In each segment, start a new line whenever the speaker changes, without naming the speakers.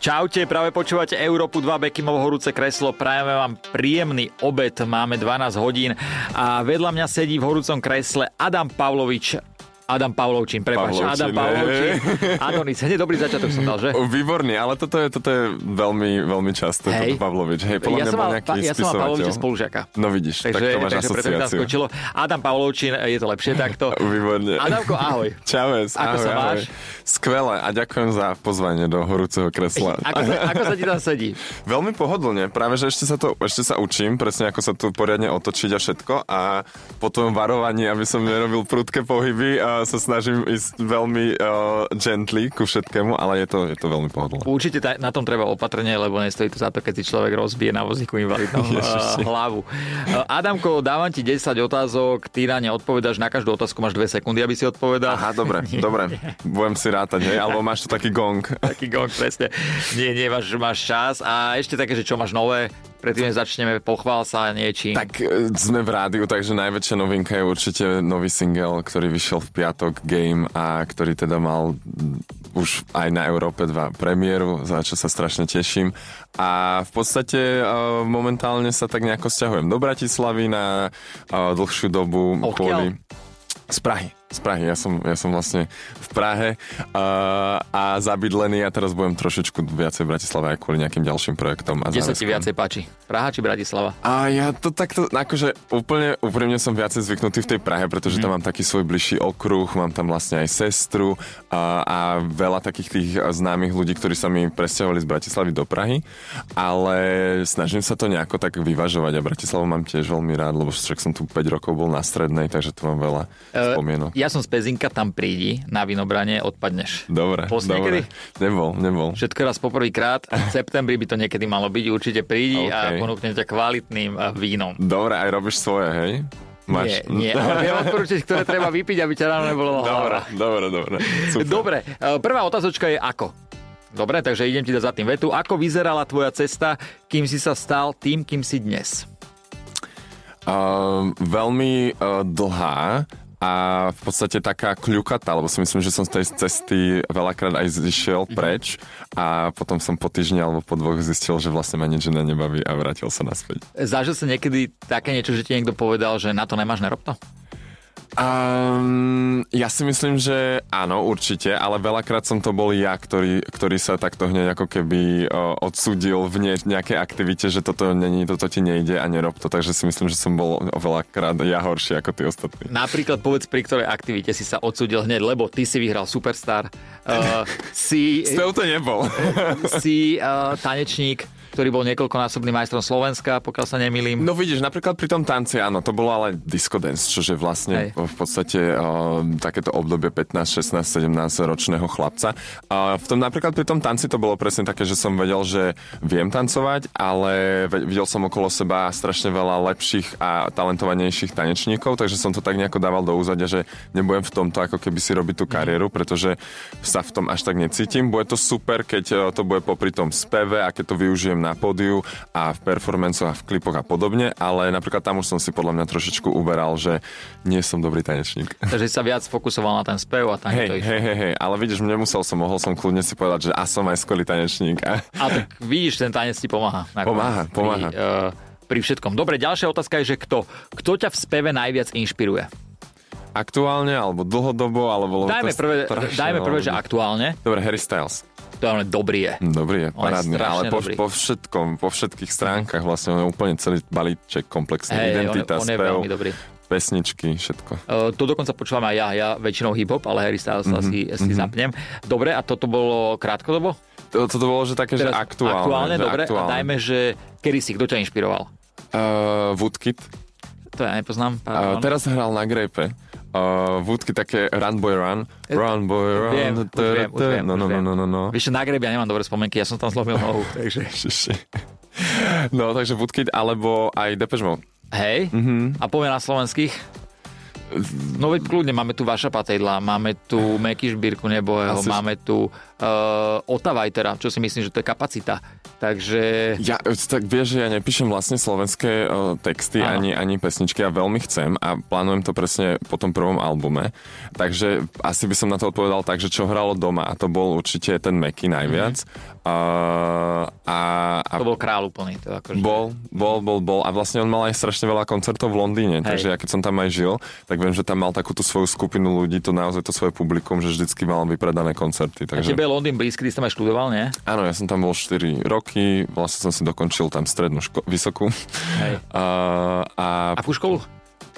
Čaute, práve počúvate Európu 2 Bekimovo horúce kreslo. Prajeme vám príjemný obed, máme 12 hodín a vedľa mňa sedí v horúcom kresle Adam Pavlovič, Adam Pavlovčín, prepáč,
Pavlovčín,
Adam
ne.
Pavlovčín. Adonis, hneď dobrý začiatok som dal, že?
Výborný, ale toto je, toto je veľmi, veľmi časté,
Hej.
hej. toto Pavlovič. Hej, podľa
Ja
mňa
som,
bol
mal,
nejaký
pa- ja som mal
spisovateľ.
Pavloviča spolužiaka.
No vidíš, tak to
Takže,
máš
takže preto mi to tak
asociáciu.
skočilo. Adam Pavlovčín, je to lepšie takto.
Výborne.
Adamko, ahoj.
Čavec,
Ako
ahoj,
sa
ahoj.
máš?
Skvelé a ďakujem za pozvanie do horúceho kresla.
Ako sa, ako sa ti tam sedí?
Veľmi pohodlne, práve že ešte sa, to, ešte sa učím, presne ako sa tu poriadne otočiť a všetko a po tom varovaní, aby som nerobil prudké pohyby, a sa snažím ísť veľmi uh, gently ku všetkému, ale je to, je to veľmi pohodlné.
Určite ta, na tom treba opatrne, lebo nestojí to za to, keď si človek rozbije na vozíku invalidnom eh,
Ježiši.
hlavu. Eh, Adamko, dávam ti 10 otázok, ty na ne odpovedáš, na každú otázku máš 2 sekundy, aby si odpovedal.
Aha, dobre, dobre. Budem si rátať, hej? Alebo máš tu taký gong.
Taký gong, presne. Nie, nie, máš, máš čas. A ešte také, že čo máš nové, predtým než začneme, pochvál sa niečím.
Tak e, sme v rádiu, takže najväčšia novinka je určite nový single, ktorý vyšiel v piatok, Game, a ktorý teda mal mm, už aj na Európe 2 premiéru, za čo sa strašne teším. A v podstate e, momentálne sa tak nejako sťahujem do Bratislavy na e, dlhšiu dobu
Odkiaľ?
kvôli... Z Prahy. Z Prahy, ja som, ja som vlastne v Prahe uh, a zabydlený a teraz budem trošičku viacej v Bratislave aj kvôli nejakým ďalším projektom. A
Kde sa ti
záväzkom.
viacej páči? Praha či Bratislava?
A ja to takto, akože úplne úprimne som viacej zvyknutý v tej Prahe,
Mhm.
pretože tam mám taký svoj bližší okruh, mám tam vlastne aj sestru a, a veľa takých tých eh, známych ľudí, ktorí sa mi presťahovali z Bratislavy do Prahy, ale snažím sa to nejako tak vyvažovať a Bratislavu mám tiež veľmi rád, lebo však som tu 5 rokov bol na strednej, takže tu mám veľa
Eh,
spomienok.
Ja som z Pezinka, tam prídi, na vinobranie odpadneš.
Dobre,
Bol si niekedy?
dobre. Nebol, nebol.
Všetko raz poprvýkrát, v septembri by to niekedy malo byť, určite prídi a
OK.
ponúkne ťa kvalitným eh, vínom.
Dobre, aj robíš svoje, hej? Máš...
Nie, nie, ale viem odporúčiť, ktoré treba vypiť, aby ťa ráno nebolo
Dobre,
hlava.
dobre, dobre. Super.
Dobre, eh, prvá otázočka je ako? Dobre, takže idem ti dať za tým vetu. Ako vyzerala tvoja cesta, kým si sa stal tým, kým si dnes?
Um, veľmi uh, dlhá a v podstate taká kľukatá, lebo si myslím, že som z tej cesty veľakrát aj zišiel preč a potom som po týždni alebo po dvoch zistil, že vlastne ma nič iné nebaví a vrátil sa naspäť.
Zažil si niekedy také niečo, že ti niekto povedal, že na to nemáš, nerob to?
Um, ja si myslím, že áno, určite, ale veľakrát som to bol ja, ktorý, ktorý sa takto hneď ako keby uh, odsudil v nie, nejakej aktivite, že toto není, toto ti nejde a nerob to, takže si myslím, že som bol veľakrát ja horší ako tí ostatní.
Napríklad povedz, pri ktorej aktivite si sa odsudil hneď, lebo ty si vyhral Superstar, uh, si,
S tou to nebol.
si uh, tanečník, ktorý bol niekoľkonásobným majstrom Slovenska, pokiaľ sa nemýlim.
No vidíš, napríklad pri tom tanci, áno, to bolo ale disco dance, čože
Hej.
vlastne v podstate uh, takéto obdobie 15, 16, 17 ročného chlapca. Uh, v tom napríklad pri tom tanci to bolo presne také, že som vedel, že viem tancovať, ale ve- videl som okolo seba strašne veľa lepších a talentovanejších tanečníkov, takže som to tak nejako dával do úzadia, že nebudem v tomto ako keby si robiť tú
Mhm.
kariéru, pretože sa v tom až tak necítim. Bude to super, keď eh, to bude popri tom speve a keď to využijem na pódiu a v performancoch a v klipoch a podobne, ale napríklad tam už som si podľa mňa trošičku uberal, že nie som dobrý tanečník.
Takže si sa viac fokusoval na ten spev a tam to
Hej,
išlo.
hej, hej, hej, ale vidíš, nemusel som, mohol som kľudne si povedať, že a som aj skvelý tanečník. A...
A tak vidíš, ten tanec ti pomáha. nakoniec
Pomáha, pomáha.
Pri, uh, pri všetkom. Dobre, ďalšia otázka je, že kto? Kto ťa v speve najviac inšpiruje?
Aktuálne, alebo dlhodobo, alebo... lebo
Dajme
to je
prvé,
strašne
dajme
veľa
prvé, že
ľudí.
aktuálne.
Dobre, Harry Styles.
To je ale dobrý je.
Dobrý je,
On je
parádny,
strašne
ale po,
dobrý.
po všetkom, po všetkých stránkach vlastne on je úplne celý balíček komplexný,
Hej,
identita,
on, on je
spev,
veľmi dobrý.
pesničky, všetko.
Uh, to dokonca počúvam aj ja, ja väčšinou hip-hop, ale Harry Styles
Mhm,
mm-hmm. si, si mm-hmm. zapnem. Dobre, a toto bolo krátkodobo?
To, toto bolo, že také, že
aktuálne
aktuálne. že
dobre,
aktuálne.
a dajme, že kedy si, kto ťa inšpiroval?
Uh, Woodkid.
To ja nepoznám.
Uh,
pardon.
teraz hral na Grape. Uh, Woodkid také Run Boy Run.
E,
Run Boy Run.
viem, už
tr-
viem, už
tr-
viem,
no,
už
no, no,
viem.
no, no, no.
Vieš, čo, na grebe ja nemám dobré spomienky, ja som tam zlomil nohu, takže...
Ježiši. No, takže Woodkid alebo aj Depeche Mode.
Hej?
Mhm.
Mm-hmm. A poviem na slovenských? No veď kľudne, máme tu Vaša Patejdla, máme tu Meky Šbírku Nebojeho,
Asi-
máme tu uh, uh, Otavajtera, čo si myslím, že to je kapacita. Takže...
Ja, eh, tak vieš, že ja nepíšem vlastne slovenské uh, texty
Áno.
ani, ani pesničky a veľmi chcem a plánujem to presne po tom prvom albume. Takže asi by som na to odpovedal tak, že čo hralo doma a to bol určite ten
Mhm.
Meky najviac. Mm-hmm. Uh, a, a
To bol král úplný. To akože...
bol, bol, bol, bol. A vlastne on mal aj strašne veľa koncertov v Londýne, Hej. takže ja keď som tam aj žil, tak viem, že tam mal takú tú svoju skupinu ľudí, to naozaj to svoje publikum, že vždycky mal vypredané koncerty.
A
Takže...
tebe je Londýn blízky, ty si tam aj študoval, nie?
Áno, ja som tam bol 4 roky, vlastne som si dokončil tam strednú ško- vysokú.
Hej.
Uh, a
Akú školu?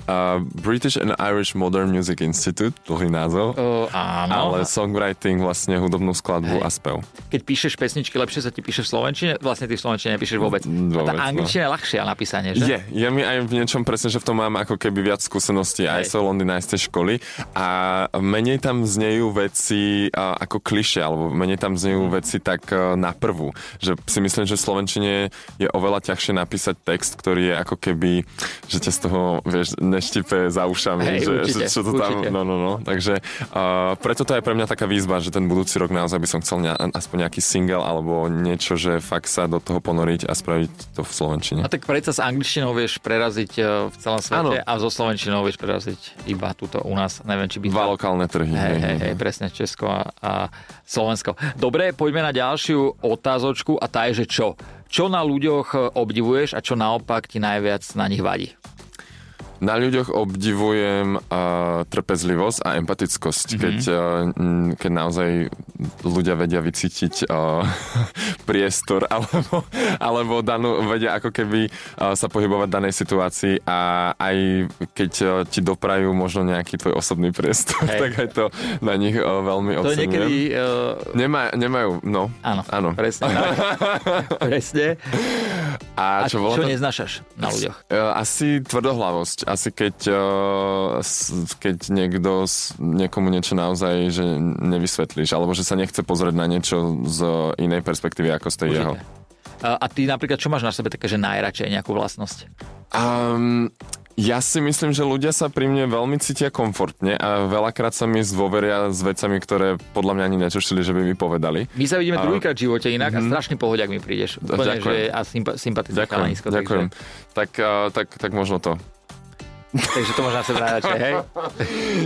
uh, British and Irish Modern Music Institute, dlhý názov,
Uh, áno.
ale songwriting, vlastne hudobnú skladbu a spev.
keď píšeš pesničky, lepšie sa ti píše v Slovenčine, vlastne ty v Slovenčine nepíšeš vôbec. a tá
Vôbec, no.
angličtina je ľahšia na písanie, že?
Je, je mi aj v niečom presne, že v tom mám ako keby viac skúseností aj
Hej.
z Londýna, aj z tej školy a menej tam znejú veci a, ako kliše, alebo menej tam znejú
Mhm.
veci tak a, na prvú. Že si myslím, že v Slovenčine je oveľa ťažšie napísať text, ktorý je ako keby, že ťa z toho, vieš, neštipe za ušami.
Hej,
že,
určite,
že, čo to tam,
určite.
no, no, no. Takže uh, preto to je pre mňa taká výzva, že ten budúci rok naozaj by som chcel ne, aspoň nejaký single alebo niečo, že fakt sa do toho ponoriť a spraviť to v Slovenčine.
A tak predsa s angličtinou vieš preraziť e, v celom svete
Áno.
a so slovenčinou vieš preraziť iba tuto u nás. Neviem, či by...
Dva lokálne trhy.
Hej, hej, hej, presne, Česko a, a Slovensko. Dobre, poďme na ďalšiu otázočku a tá je, že čo? Čo na ľuďoch e, obdivuješ a čo naopak ti najviac na nich vadí?
Na ľuďoch obdivujem uh, trpezlivosť a empatickosť,
Mhm.
mm-hmm. keď, uh, mm, keď naozaj ľudia vedia vycítiť uh, priestor alebo, alebo danú, vedia ako keby uh, sa pohybovať v danej situácii a aj keď uh, ti doprajú možno nejaký tvoj osobný priestor,
Hej.
hey. tak aj to na nich uh,
To je
veľmi ocenujem.
niekedy... e,
Nemaj, nemajú, no.
áno,
Áno.
presne tak. presne. A
A,
čo,
čo, bolo
čo
to?
neznášaš na ľuďoch?
E, Asi tvrdohlavosť. Asi keď, e, s- keď niekto s- niekomu niečo naozaj že nevysvetlíš, alebo že sa nechce pozrieť na niečo z inej perspektívy ako z tej jeho.
Určite. E, A a ty napríklad, čo máš na sebe také, že najradšej nejakú vlastnosť?
Um, ja si myslím, že ľudia sa pri mne veľmi cítia komfortne a veľakrát sa mi zdôveria s vecami, ktoré podľa mňa ani netušili, že by mi povedali.
My sa vidíme
A-
druhýkrát v živote inak a strašný pohodiak mi prídeš. Úplne,
Mhm. No, Ďakujem.
že a sympa- sympatické
Ďakujem,
chalanisko.
ďakujem. Tak, uh, tak, tak možno to.
Takže, takže to máš na sebe najradšej, hej?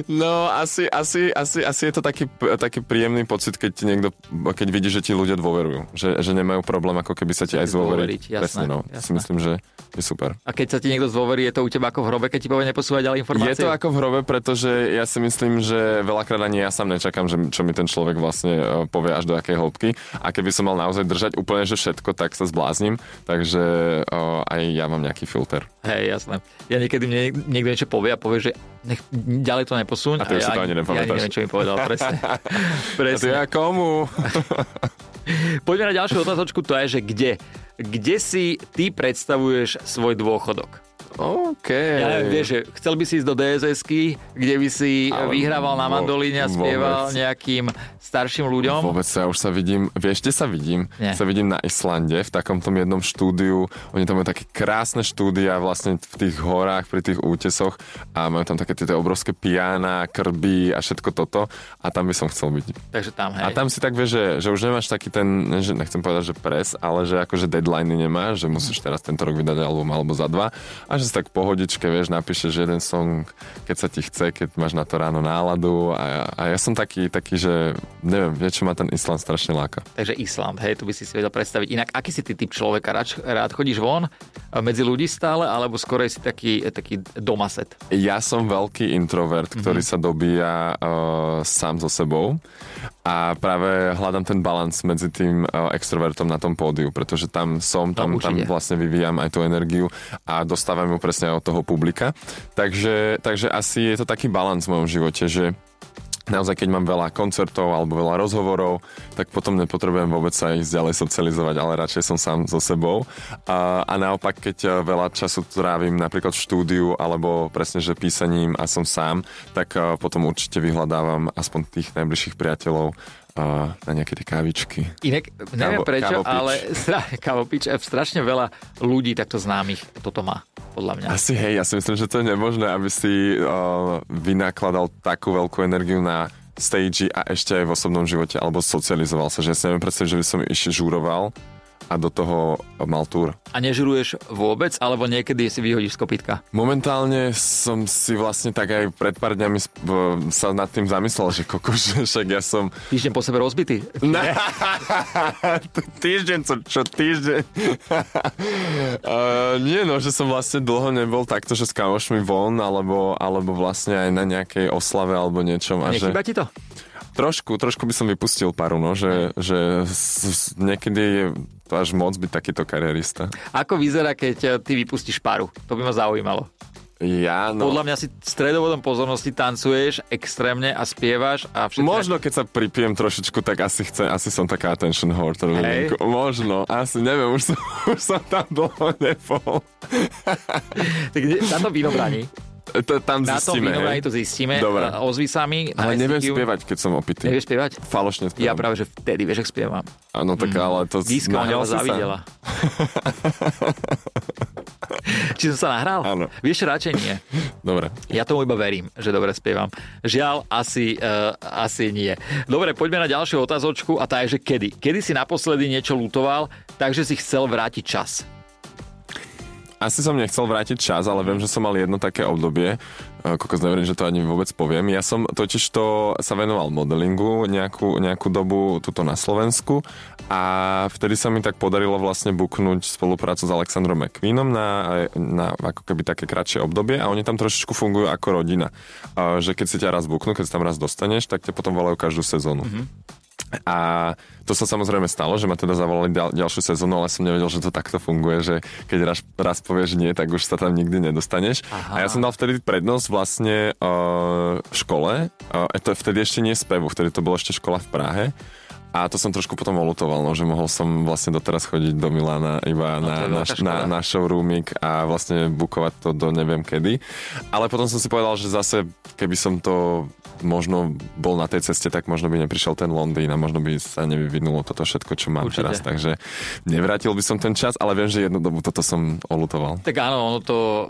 No, asi, asi, asi, asi je to taký, taký príjemný pocit, keď ti niekto, keď vidíš, že ti ľudia dôverujú. Že, že nemajú problém, ako keby sa ti aj
Zdôveriť,
zdôveriť.
jasné,
Presne, no.
jasné.
Si myslím, že je super.
A keď sa ti niekto zdôverí, je to u teba ako v hrobe, keď ti povie neposúvať ďalej informácie?
Je to ako v hrobe, pretože ja si myslím, že veľakrát ani ja sám nečakám, že čo mi ten človek vlastne e, povie až do akej hĺbky. A keby som mal naozaj držať úplne že všetko, tak sa zbláznim. Takže e, aj ja mám nejaký filter.
Hej, jasné. Ja niekedy mne niek- niekto niečo povie a povie, že nech ďalej to neposuň.
A ty už si to ani
Ja
nepamätáš.
neviem, čo mi povedal, presne.
A ty
presne.
ja komu?
Poďme na ďalšiu otázočku, to je, že kde? Kde si ty predstavuješ svoj dôchodok?
OK.
Ja neviem, vieš, že chcel by si ísť do dss kde by si
Ale
vyhrával na
vo-
mandolíne a spieval
vôbec.
nejakým starším ľuďom.
Vôbec sa, ja už sa vidím, vieš, kde sa vidím?
Nie.
Sa vidím na Islande, v takom tom jednom štúdiu. Oni tam majú také krásne štúdia vlastne v tých horách, pri tých útesoch a majú tam také tieto obrovské piana, krby a všetko toto a tam by som chcel byť.
Takže tam, hej.
A tam si tak vieš, že, že už nemáš taký ten, že nechcem povedať, že pres, ale že akože deadline nemáš, že musíš teraz tento rok vydať album alebo za dva a že si tak pohodičke, vieš, napíšeš jeden song, keď sa ti chce, keď máš na to ráno náladu a, a ja som taký, taký, že neviem, niečo ma ten Island strašne láka.
Takže Island, hej, tu by si si vedel predstaviť. Inak, aký si ty typ človeka? Rád, rád chodíš von e, medzi ľudí stále, alebo skorej si taký, e, taký domaset?
Ja som veľký introvert, ktorý mm-hmm. sa dobíja uh, sám so sebou a práve hľadám ten balans medzi tým uh, extrovertom na tom pódiu, pretože tam som, tam, tam
určite.
vlastne vyvíjam aj tú energiu a dostávam ju presne aj od toho publika. Takže, takže asi je to taký balans v mojom živote, že naozaj keď mám veľa koncertov alebo veľa rozhovorov, tak potom nepotrebujem vôbec sa ísť ďalej socializovať, ale radšej som sám so sebou. A, a naopak, keď eh, veľa času trávim napríklad v štúdiu alebo presne, že písaním a som sám, tak eh, potom určite vyhľadávam aspoň tých najbližších priateľov eh, na nejaké tie kávičky.
Inak, neviem
Kávo-
prečo,
kávopič.
ale stra, kávopič, e, strašne veľa ľudí takto známych toto má, podľa mňa.
Asi hej, ja si myslím, že to je nemožné, aby si uh, vynakladal takú veľkú energiu na stage a ešte aj v osobnom živote, alebo socializoval sa, že ja si neviem predstaviť, že by som ešte žúroval a do toho mal túr.
A nežiruješ vôbec, alebo niekedy si vyhodíš z kopytka?
Momentálne som si vlastne tak aj pred pár dňami sp- v- sa nad tým zamyslel, že kokoš, však ja som...
Týždeň po sebe rozbitý.
Na... týždeň, čo, čo týždeň? uh, nie no, že som vlastne dlho nebol takto, že s kamošmi von, alebo, alebo vlastne aj na nejakej oslave alebo niečom. A že...
Nechýba ti to?
Trošku, trošku by som vypustil paru, no, že, že s- s- niekedy je to až moc byť takýto karierista.
Ako vyzerá, keď eh, ty vypustíš paru? To by ma zaujímalo.
Ja, no.
Podľa mňa si stredovodom pozornosti tancuješ extrémne a spievaš a všetko.
Možno, keď sa pripijem trošičku, tak asi chce, asi som taká attention whore. To
Hej.
hey. Možno, asi neviem, už som, už som tam dlho nebol.
Tak kde- na tom vinobraní.
To, tam
Na tom
zistíme,
vinobraní
hej.
to zistíme.
Dobre.
A Ozvi sa mi. na
Ale neviem
SDQ.
spievať, No. keď som opitý.
Nevieš spievať?
Falošne spievam.
Ja Mm. práve, že vtedy vieš, ak spievam.
Áno, tak ale to...
Disko ma
nahral si sa?
závidela. Či som sa nahral?
Áno.
Vieš, radšej nie.
Dobre.
Ja tomu iba verím, že dobre spievam. Žiaľ, asi, uh, asi nie. Dobre, poďme na ďalšiu otázočku a tá je, že kedy? Kedy si naposledy niečo lutoval, takže si chcel vrátiť čas?
Asi som nechcel vrátiť čas, ale viem, že som mal jedno také obdobie. E, Kokos neverím, že to ani vôbec poviem. Ja som totiž to sa venoval modelingu nejakú, nejakú dobu tuto na Slovensku a vtedy sa mi tak podarilo vlastne buknúť spoluprácu s Alexandrom McQueenom na, na ako keby také kratšie obdobie a oni tam trošičku fungujú ako rodina. Eh, Že keď si ťa raz buknú, keď sa tam raz dostaneš, tak ťa potom volajú každú sezónu.
Mhm.
Mm-hmm. A to sa samozrejme stalo, že ma teda zavolali ďal, ďalšiu sezónu, ale som nevedel, že to takto funguje, že keď raz, raz povieš nie, tak už sa tam nikdy nedostaneš. Aha. A ja som dal vtedy prednosť vlastne uh, v škole, uh, to, vtedy ešte nie spevu, vtedy to bola ešte škola v Prahe. A to som trošku potom olutoval, no, že mohol som vlastne doteraz chodiť do Milána iba
No, to
na,
je
na,
veľká
na,
škoda.
na showroomik a vlastne bukovať to do neviem kedy. Ale potom som si povedal, že zase keby som to možno bol na tej ceste, tak možno by neprišiel ten Londýn a možno by sa nevyvinulo toto všetko, čo mám
Určite.
Určite. teraz. Takže nevrátil by som ten čas, ale viem, že jednu dobu toto som olutoval.
Tak áno, ono to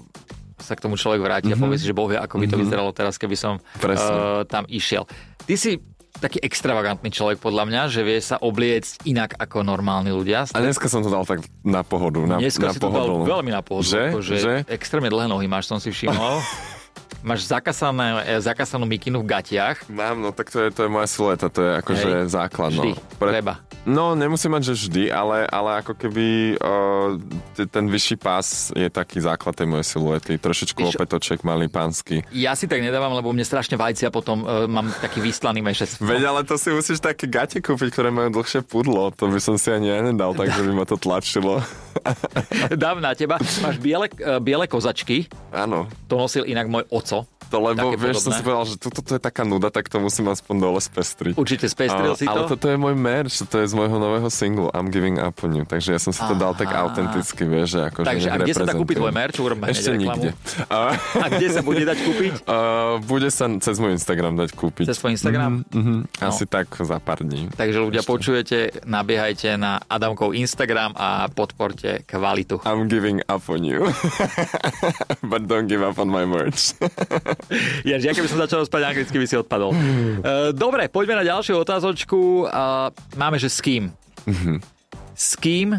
sa k tomu človek vráti mm-hmm. a povie si, že bohvie, ako by to mm-hmm. vyzeralo teraz, keby som
Mhm. Presne.
uh, tam išiel. Ty si taký extravagantný človek podľa mňa, že vie sa obliecť inak ako normálni ľudia.
A dneska som to dal tak na pohodu. Na,
Dneska
na
si
pohodu.
to dal veľmi na pohodu.
Že?
Akože
že?
Extrémne dlhé nohy máš, som si všimol. máš zakasané, e, zakasanú mikinu v gatiach.
Mám, no tak to je, to je moja silueta, to je akože
Hej.
základ.
Vždy,
no.
treba.
No, nemusím mať, že vždy, ale, ale ako keby uh, ten vyšší pás je taký základ tej mojej siluety. Trošičku
Víš-
opätoček malý pánsky.
Ja si tak nedávam, lebo mne strašne vajci a potom e, mám taký vyslaný mešec.
Veď, ale to si musíš také gate kúpiť, ktoré majú dlhšie pudlo. To by som si ani ja nedal, takže by ma to tlačilo.
Dám na teba. Máš biele, e, biele kozačky,
Áno.
to nosil inak môj oco.
To lebo,
Také
vieš,
podobné.
som si povedal, že toto to je taká nuda, tak to musím aspoň dole spestriť.
Určite spestril
Áno,
si
Ale
to.
toto je môj merch, to je z môjho nového singlu I'm Giving Up On You, takže ja som si to dal tak
Aha.
autenticky, vieš, že ako
Takže a kde sa dá kúpiť tvoj merch? Urobme hneď
Ešte nikde.
reklamu.
A-
A kde sa bude dať kúpiť?
Uh, bude sa cez môj Instagram dať kúpiť.
Cez no. svoj Instagram.
Mm-hmm, asi tak za pár dní.
Takže ľudia, počujete, nabiehajte na Adamkov Instagram a podporte kvalitu.
I'm giving up on you. But don't give up on my merch.
Ja, ja keby som začal rozprávať anglicky, by si odpadol. E, Dobre, poďme na ďalšiu otázočku. E, Máme, že s kým? Mhm. S kým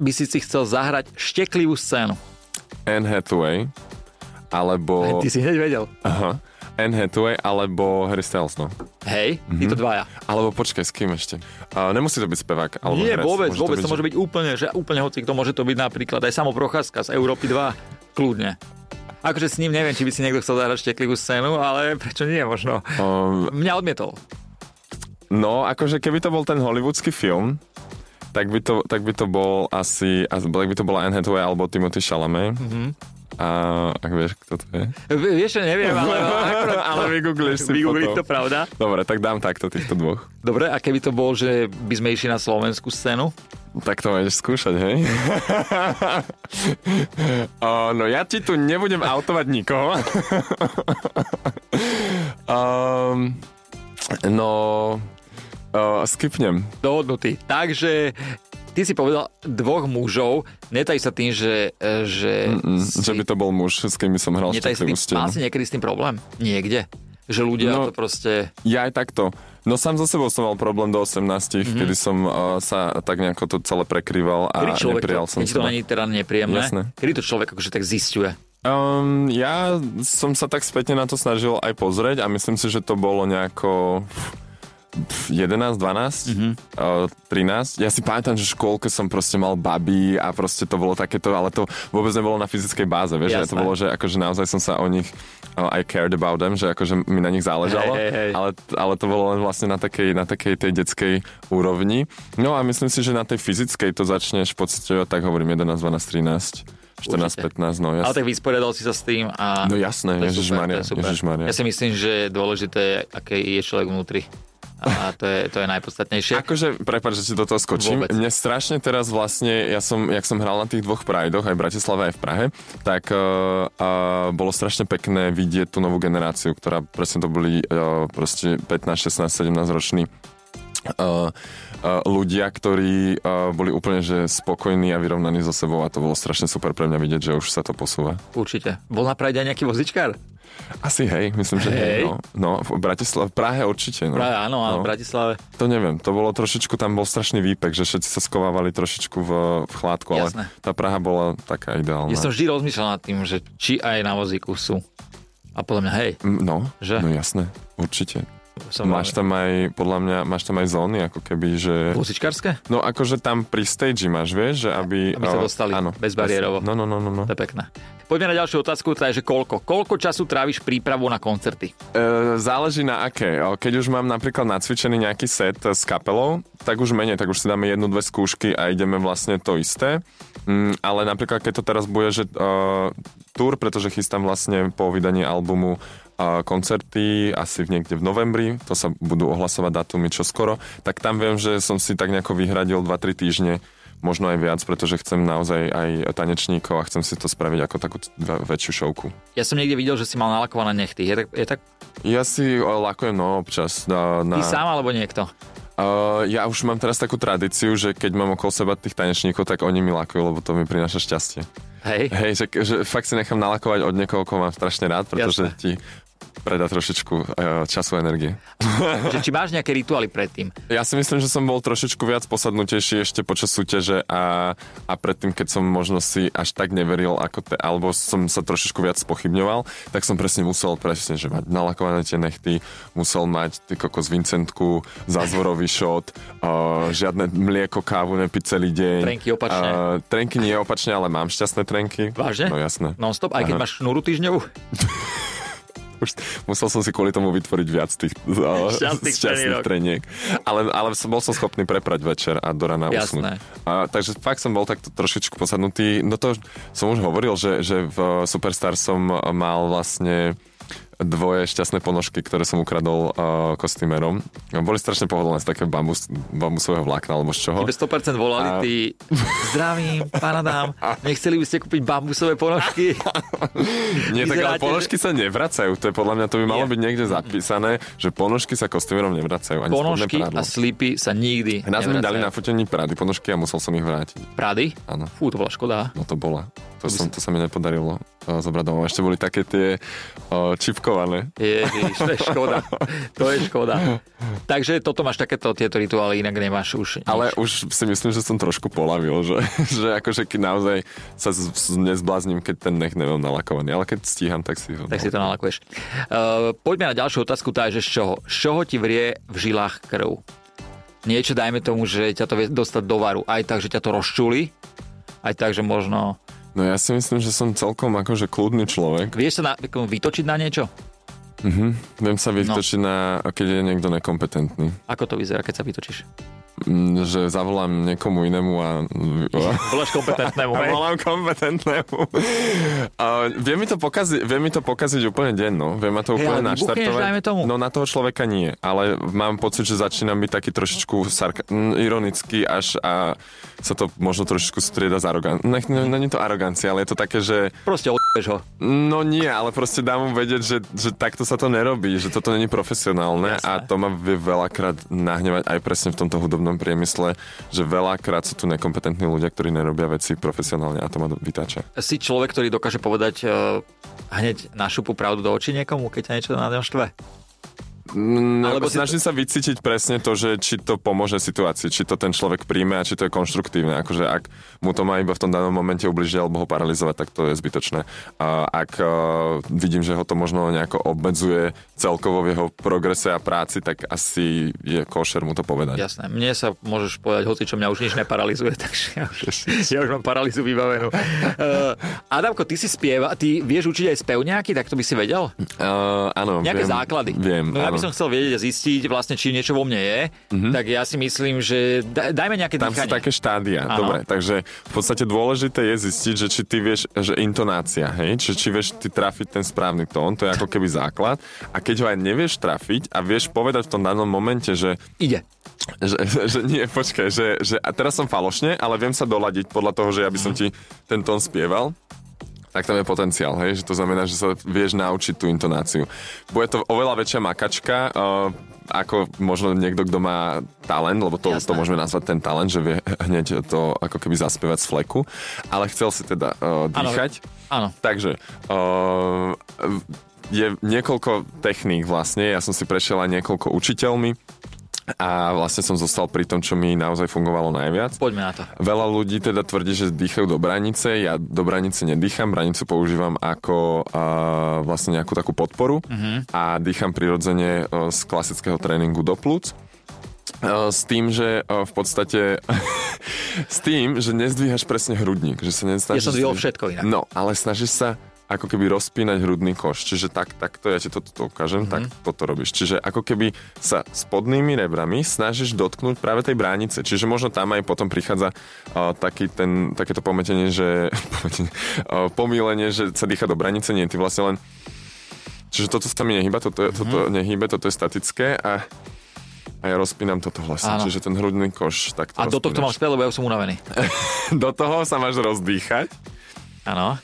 by si si chcel zahrať šteklivú scénu?
Anne Hathaway, alebo...
Ty si hneď vedel.
Aha. Anne Hathaway, alebo Harry Styles, no.
Hej, títo dvaja.
Alebo počkaj, s kým ešte? Uh, nemusí to byť spevák, alebo
Nie,
herec.
vôbec,
Môže
vôbec to,
byť,
môže byť úplne, že úplne hoci kto môže to byť napríklad aj samo Procházka z Európy 2, kľudne. Akože s ním neviem, či by si niekto chcel zahrať šteklivú scénu, ale prečo nie možno.
Um,
Mňa odmietol.
no, akože keby to bol ten hollywoodsky film, tak by to, tak by to bol asi, asi- tak by to bola Anne Hathaway alebo Timothy Chalamet. Mm-hmm.
Mhm.
A ak vieš, kto to je?
V- Vieš, čo neviem, ale... akorát-
Ale vygoogliš si
Vygoogliť to
potom.
pravda.
Dobre, tak dám takto týchto dvoch.
Dobre, a keby to bol, že by sme išli na slovenskú scénu?
Tak to budeš skúšať, hej? o, no ja ti tu nebudem autovať nikoho. um, no, o, skipnem.
Dohodnutý. Takže ty si povedal dvoch mužov, netaj sa tým, že... e, že
Mm, Že by to bol muž, s kým by som hral
netaj sa tým,
šteklivú
mal
stenu.
si niekedy s tým problém? Niekde. Že ľudia
No,
to proste...
Ja aj takto. No sám so sebou som mal problém do 18, mm-hmm.
Mhm.
kedy som uh, sa tak nejako to celé prekrýval a
Kedy človek,
neprijal
to,
som
keď to
seba.
není teda nepríjemné,
Jasné.
kedy to človek akože tak zistuje.
Um, ja som sa tak spätne na to snažil aj pozrieť a myslím si, že to bolo nejako pf, 11, 12,
Mhm.
mm-hmm. uh, 13. Ja si pamätám, že v škôlke som proste mal babí a proste to bolo takéto, ale to vôbec nebolo na fyzickej báze, vieš, že
Jasné.
to bolo, že akože naozaj som sa o nich uh, aj cared about them, že akože mi na nich záležalo,
Hej, hej, hej.
Ale, ale to bolo len vlastne na takej, na takej tej detskej úrovni. No a myslím si, že na tej fyzickej to začneš v podstate, tak hovorím, 11, 12, 13, 14,
Určite.
15, no
Ale
jasne.
tak vysporiadal si sa s tým a...
No jasné,
to je super,
Ježišmaria,
to je super.
Ježišmaria.
Ja si myslím, že dôležité je, aké je človek vnútri. A to je, to je najpodstatnejšie.
Akože, prepáč, že ti do toho skočím.
Vôbec.
Mne strašne teraz vlastne, ja som, jak som hral na tých dvoch Prideoch, aj v Bratislave, aj v Prahe, tak uh, uh, bolo strašne pekné vidieť tú novú generáciu, ktorá presne to boli uh, proste 15, 16, 17 roční uh, uh, ľudia, ktorí uh, boli úplne že spokojní a vyrovnaní so sebou a to bolo strašne super pre mňa vidieť, že už sa to posúva.
Určite. Bol na Pride aj nejaký vozičkár?
Asi hej, myslím, že hej.
Hej.
no, no, v Bratislave, v Prahe určite. No.
Práve áno, ale
no.
v Bratislave.
To neviem, to bolo trošičku, tam bol strašný výpek, že všetci sa skovávali trošičku v, v chládku, ale
Jasné.
tá Praha bola taká ideálna.
Ja som vždy rozmýšľal nad tým, že či aj na vozíku sú. A podľa mňa, hej,
Mm, No,
Že?
no jasné, určite.
som
Máš tam aj, podľa mňa, máš tam aj zóny, ako keby, že...
Vozičkárske?
No akože tam pri stage máš, vieš, že aby...
Aby sa
o,
dostali bezbariérovo.
No, no, no, no. no.
To je pekné. Poďme na ďalšiu otázku, teda je, že koľko? Koľko času tráviš prípravou na koncerty?
E, záleží na aké. O, Keď už mám napríklad nacvičený nejaký set e, s kapelou, tak už menej, tak už si dáme jednu, dve skúšky a ideme vlastne to isté. Mm, ale napríklad keď to teraz bude, že uh, tour, pretože chystám vlastne po vydaní albumu uh, koncerty asi v niekde v novembri, to sa budú ohlasovať datumy čoskoro, tak tam viem, že som si tak nejako vyhradil 2-3 týždne možno aj viac, pretože chcem naozaj aj tanečníkov a chcem si to spraviť ako takú t- vä- väčšiu šovku.
Ja som niekde videl, že si mal nalakované nechty. Je tak, je tak
Ja si o, lakujem no občas. Na, na...
ty sám alebo niekto?
Uh, ja už mám teraz takú tradíciu, že keď mám okolo seba tých tanečníkov, tak oni mi lakujú, lebo to mi prináša šťastie.
Hej.
Hej, že, že fakt si nechám nalakovať od niekoho, koho mám strašne rád, pretože
Jasné.
ti predá trošičku uh, času a energie.
Že či máš nejaké rituály predtým?
Ja si myslím, že som bol trošičku viac posadnutejší ešte počas súťaže a, a predtým, keď som možno si až tak neveril, ako te, alebo som sa trošičku viac spochybňoval, tak som presne musel presne, že mať nalakované tie nechty, musel mať ty kokos Vincentku, zázvorový šot, uh, žiadne mlieko, kávu nepiť celý deň.
Trenky opačne.
Uh, trenky nie opačne, ale mám šťastné trenky.
Vážne?
No jasné.
Non-stop? Aj keď
Aha.
máš šnúru týždňovú?
Už musel som si kvôli tomu vytvoriť viac tých uh,
Šťastných
šťastných treniek. Ale, ale som, bol som schopný preprať večer a do rana
Jasné.
usnúť. A, takže fakt som bol takto trošičku posadnutý. No to som už hovoril, že, že v eh, Superstar som mal vlastne dvoje šťastné ponožky, ktoré som ukradol uh, kostýmerom. Boli strašne pohodlné z také bambus, bambusového vlákna alebo z čoho.
Ibe 100% volali
A-
ty, zdravím, pána dám, nechceli by ste kúpiť bambusové ponožky?
Nie, tak ale
Vyzeráte,
ponožky sa nevracajú. To je podľa mňa, to by malo
Nie.
byť niekde zapísané, že ponožky sa kostýmerom nevracajú. Ani spodné
Ponožky
prádlo.
a slipy sa nikdy
Nás mi dali na
nevracajú.
fotení prady ponožky a musel som ich vrátiť.
Prady?
Áno,
Fú, to bola škoda.
no to bola. To, som, to sa mi nepodarilo uh, zobrať domov. Ešte boli také tie uh, čipkované.
Ježiš, to je škoda. To je škoda. Takže toto máš takéto tieto rituály, inak nemáš už nič.
Ale už si myslím, že som trošku polavil, že, že akože keď naozaj sa z, z, nezblázním, keď ten nech nemám nalakovaný. Ale keď stíham, tak si ho
Tak si to nalakuješ. Uh, poďme na ďalšiu otázku, tá je, že z čoho? Z čoho ti vrie v žilách krv? Niečo, dajme tomu, že ťa to vie dostať do varu. Aj tak, že ťa to rozčuli, aj tak, že možno...
No ja si myslím, že som celkom akože kľudný človek.
Vieš sa na, ako vytočiť na niečo?
Viem sa vytočiť no. na, keď je niekto nekompetentný.
Ako to vyzerá, keď sa vytočíš?
Mm, Že zavolám niekomu inému a...
Voláš kompetentnému,
A
hej?
volám kompetentnému. A vie, mi to pokazi, vie mi to pokaziť úplne deň, no. Vie ma to
Hej,
úplne
ale vybuchneš,
naštartovať.
dajme tomu.
No na toho človeka nie, ale mám pocit, že začínam byť taký trošičku sarka- mm, ironický až a sa to možno trošičku strieda s aroganciou. Nech, ne, není to arogancia, ale je to také, že
Proste odbeš ho.
no nie, ale proste dám mu vedieť, že, že takto sa to nerobí, že toto není profesionálne
Jasné.
a to ma vie veľakrát nahnevať aj presne v tomto hudobnom priemysle, že veľakrát sú tu nekompetentní ľudia, ktorí nerobia veci profesionálne a to ma vytáča.
Si človek, ktorý dokáže povedať e, hneď na šupu pravdu do očí niekomu, keď ťa niečo na ňom štve.
No,
Alebo
Alebo
si-
snažím sa vycítiť presne to, že či to pomôže situácii, či to ten človek príjme a či to je konštruktívne. Akože ak mu to má iba v tom danom momente ubližiť alebo ho paralizovať, tak to je zbytočné. A ak eh, vidím, že ho to možno nejako obmedzuje celkovo v jeho progrese a práci, tak asi je košer mu to povedať.
Jasné, mne sa môžeš povedať, hoci čo mňa už nič neparalizuje, takže ja už, ja už mám paralýzu vybavenú. Uh, Adamko, ty si spieva, ty vieš učiť aj spev nejaký, tak to by si vedel?
Uh, áno,
Nejaké
viem,
základy.
Viem,
no ja by
áno.
som
Mhm.
chcel vedieť a zistiť vlastne, či niečo vo mne je, tak ja si myslím, že da, dajme nejaké
Tam sú
dýchanie.
také štádia.
Áno.
Dobre, takže v podstate dôležité je zistiť, že či ty vieš, že intonácia, hej, či, či vieš ty trafiť ten správny tón, to je ako keby základ. A keď ho aj nevieš trafiť a vieš povedať v tom danom momente, že,
Ide.
že, že nie, počkaj, že, že a teraz som falošne, ale viem sa doladiť podľa toho, že ja by som
Mhm.
ti ten tón spieval, tak tam je potenciál, hej? že to znamená, že sa vieš naučiť tú intonáciu. Bude to oveľa väčšia makačka, uh, ako možno niekto, kto má talent, lebo to,
Jasné.
to môžeme nazvať ten talent, že vie hneď to ako keby zaspievať z fleku, ale chcel si teda uh, dýchať.
Áno.
Takže uh, je niekoľko techník vlastne, ja som si prešiel aj niekoľko učiteľmi a vlastne som zostal pri tom, čo mi naozaj fungovalo najviac.
Poďme na to.
Veľa ľudí teda tvrdí, že dýchajú do branice, ja do branice nedýcham, branicu používam ako uh, vlastne nejakú takú podporu
Mhm.
a dýcham prirodzene uh, z klasického tréningu do plúc. Uh, S tým, že uh, v podstate s tým, že nezdvíhaš presne hrudník, že sa
Ja
nesnažíš...
som zvihol
zdvíhať-
všetko inak.
No, ale snažíš sa ako keby rozpínať hrudný koš. Čiže tak, takto, ja ti toto to ukážem, mm-hmm.
Mhm.
tak toto robíš. Čiže ako keby sa spodnými rebrami snažíš dotknúť práve tej bránice. Čiže možno tam aj potom prichádza uh, taký ten, takéto pometenie, že pometenie, uh, pomílenie, že sa dýcha do branice. Nie, ty vlastne len... Čiže toto sa mi nehyba, toto, je-
Mhm.
toto nehýbe, toto je statické a, a ja rozpínam toto
Áno.
vlastne. Čiže ten hrudný koš takto
A do tohto mám
rozpínaš.
spieť, lebo ja už som unavený.
do toho sa máš rozdýchať.
Áno.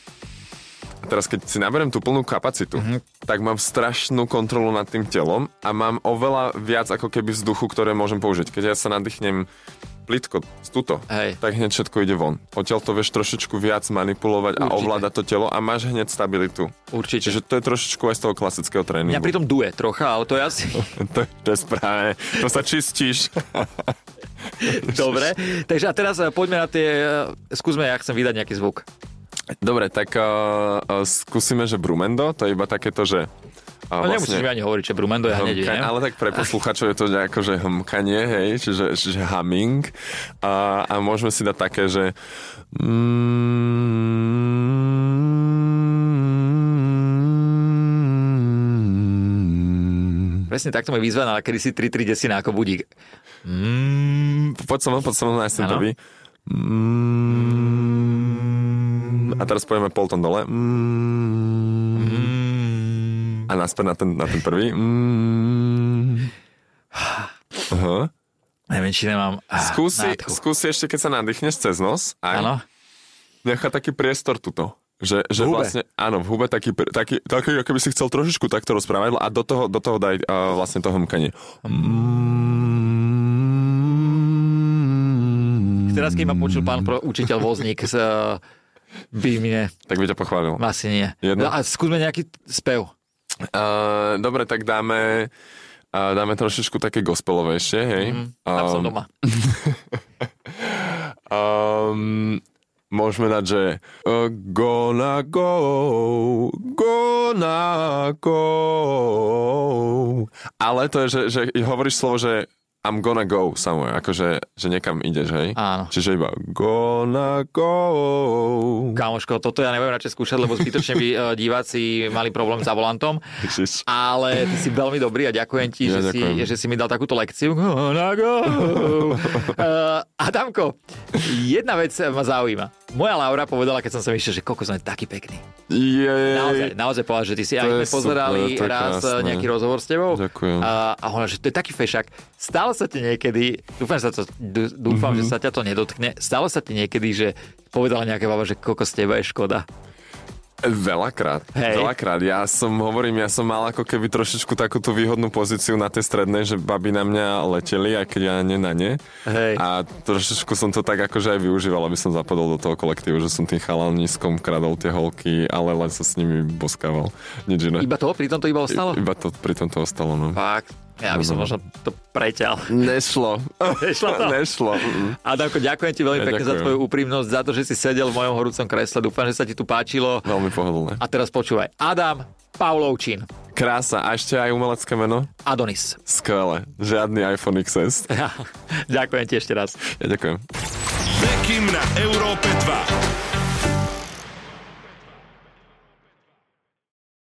A teraz keď si naberem tú plnú kapacitu,
Mhm.
mm-hmm. tak mám strašnú kontrolu nad tým telom a mám oveľa viac ako keby vzduchu, ktoré môžem použiť. Keď ja sa nadýchnem plitko, tuto,
Hej.
tak hneď všetko ide von. Odtiaľ to vieš trošičku viac manipulovať
Určite.
a ovládať to telo a máš hneď stabilitu.
Určite.
Čiže to je trošičku aj z toho klasického tréningu.
Mňa pritom duje trocha, ale to je asi
to, to je správne, to sa čistíš.
dobre. Takže a teraz e, poďme na tie... e, Skúsme, ja chcem vydať nejaký zvuk.
Dobre, tak uh, uh, skúsime, že Brumendo, to je iba takéto, že... Uh,
No nemusíš mi ani hovoriť, že Brumendo ja hneď
Hmka-
viem.
Hm, ale tak pre poslucháčov je to nejako, že hmkanie, hej, čiže, čiže humming. A, a môžeme si dať také, že... Mm.
Presne takto mi vyzvaná, kedy si 3-3 desina ako budík. Mm,
Poď som, poď som, nájsť ten
Áno.
prvý. Mm. A teraz pojeme polton dole.
mm,
A naspäť na ten, na ten prvý. Mm. Aha.
neviem, či nemám ah,
Skúsi,
nádchu.
skúsi ešte, keď sa nadýchneš cez nos. Aj,
Áno,
nechá taký priestor tuto. Že, že
hube.
vlastne, áno, v hube taký, pr- taký, taký, ako by si chcel trošičku takto rozprávať a do toho, do toho daj uh, vlastne to hmkanie.
teraz keď ma počul pán pro, učiteľ Vozník, z, eh, by mne
Tak by ťa pochválil.
asi nie.
Jedno?
No a skúsme nejaký spev.
Uh, dobre, tak dáme, uh, dáme trošičku také gospelovejšie, hej? Mm,
Tam som doma.
Um, môžeme dať, že uh, Gonna go, gonna go. Ale to je, že, že hovoríš slovo, že I'm gonna go somewhere, akože že niekam ideš, hej?
Áno.
Čiže iba gonna go.
Kamoško, toto ja nebudem radšej skúšať, lebo zbytočne by e, diváci mali problém za volantom.
Ježiš.
Ale ty si veľmi dobrý a ďakujem ti,
Ja
že,
ďakujem.
Si, že si mi dal takúto lekciu. Eh, Go, na go. Uh, Adamko, jedna vec ma zaujíma. moja Laura povedala, keď som sa išiel, že koľko som je taký pekný.
Jej.
Naozaj, naozaj povedala, že ty si, aj
To je
sme
super,
pozerali
to je
raz eh,
krásne.
nejaký rozhovor s tebou. Eh,
Ďakujem.
A, a ona, že to je taký fešak. Stalo sa ti niekedy, dúfam, že sa, to, dú- dúfam
Mhm.
mm-hmm. že sa ťa to nedotkne, stalo sa ti niekedy, že povedala nejaká baba, že koľko z teba je škoda.
Veľakrát,
Hej.
veľakrát. Ja som, hovorím, ja som mal ako keby trošičku takú tú výhodnú pozíciu na tej strednej, že baby na mňa leteli, aj keď ja nie na ne.
Hej.
A trošičku som to tak akože aj využíval, aby som zapadol do toho kolektívu, že som tým chalaniskom kradol tie holky, ale len sa s nimi boskával. Nič iné.
Iba to, pri tom to iba ostalo?
Iba to pri tom to ostalo, no.
Fakt. Ja by som
Mhm.
možno to preťal.
Nešlo.
Nešlo to?
Nešlo. mm.
Adamko, ďakujem ti veľmi
Ja
pekne za
ďakujem.
tvoju úprimnosť, za to, že si sedel v mojom horúcom kresle. Dúfam, že sa ti tu páčilo.
Veľmi pohodlné.
A teraz počúvaj. Adam Pavlovčín.
Krása. A ešte aj umelecké meno?
Adonis.
Skvelé. Žiadny iPhone XS.
ďakujem ti ešte raz.
Ja ďakujem.
Bekim na Európe 2.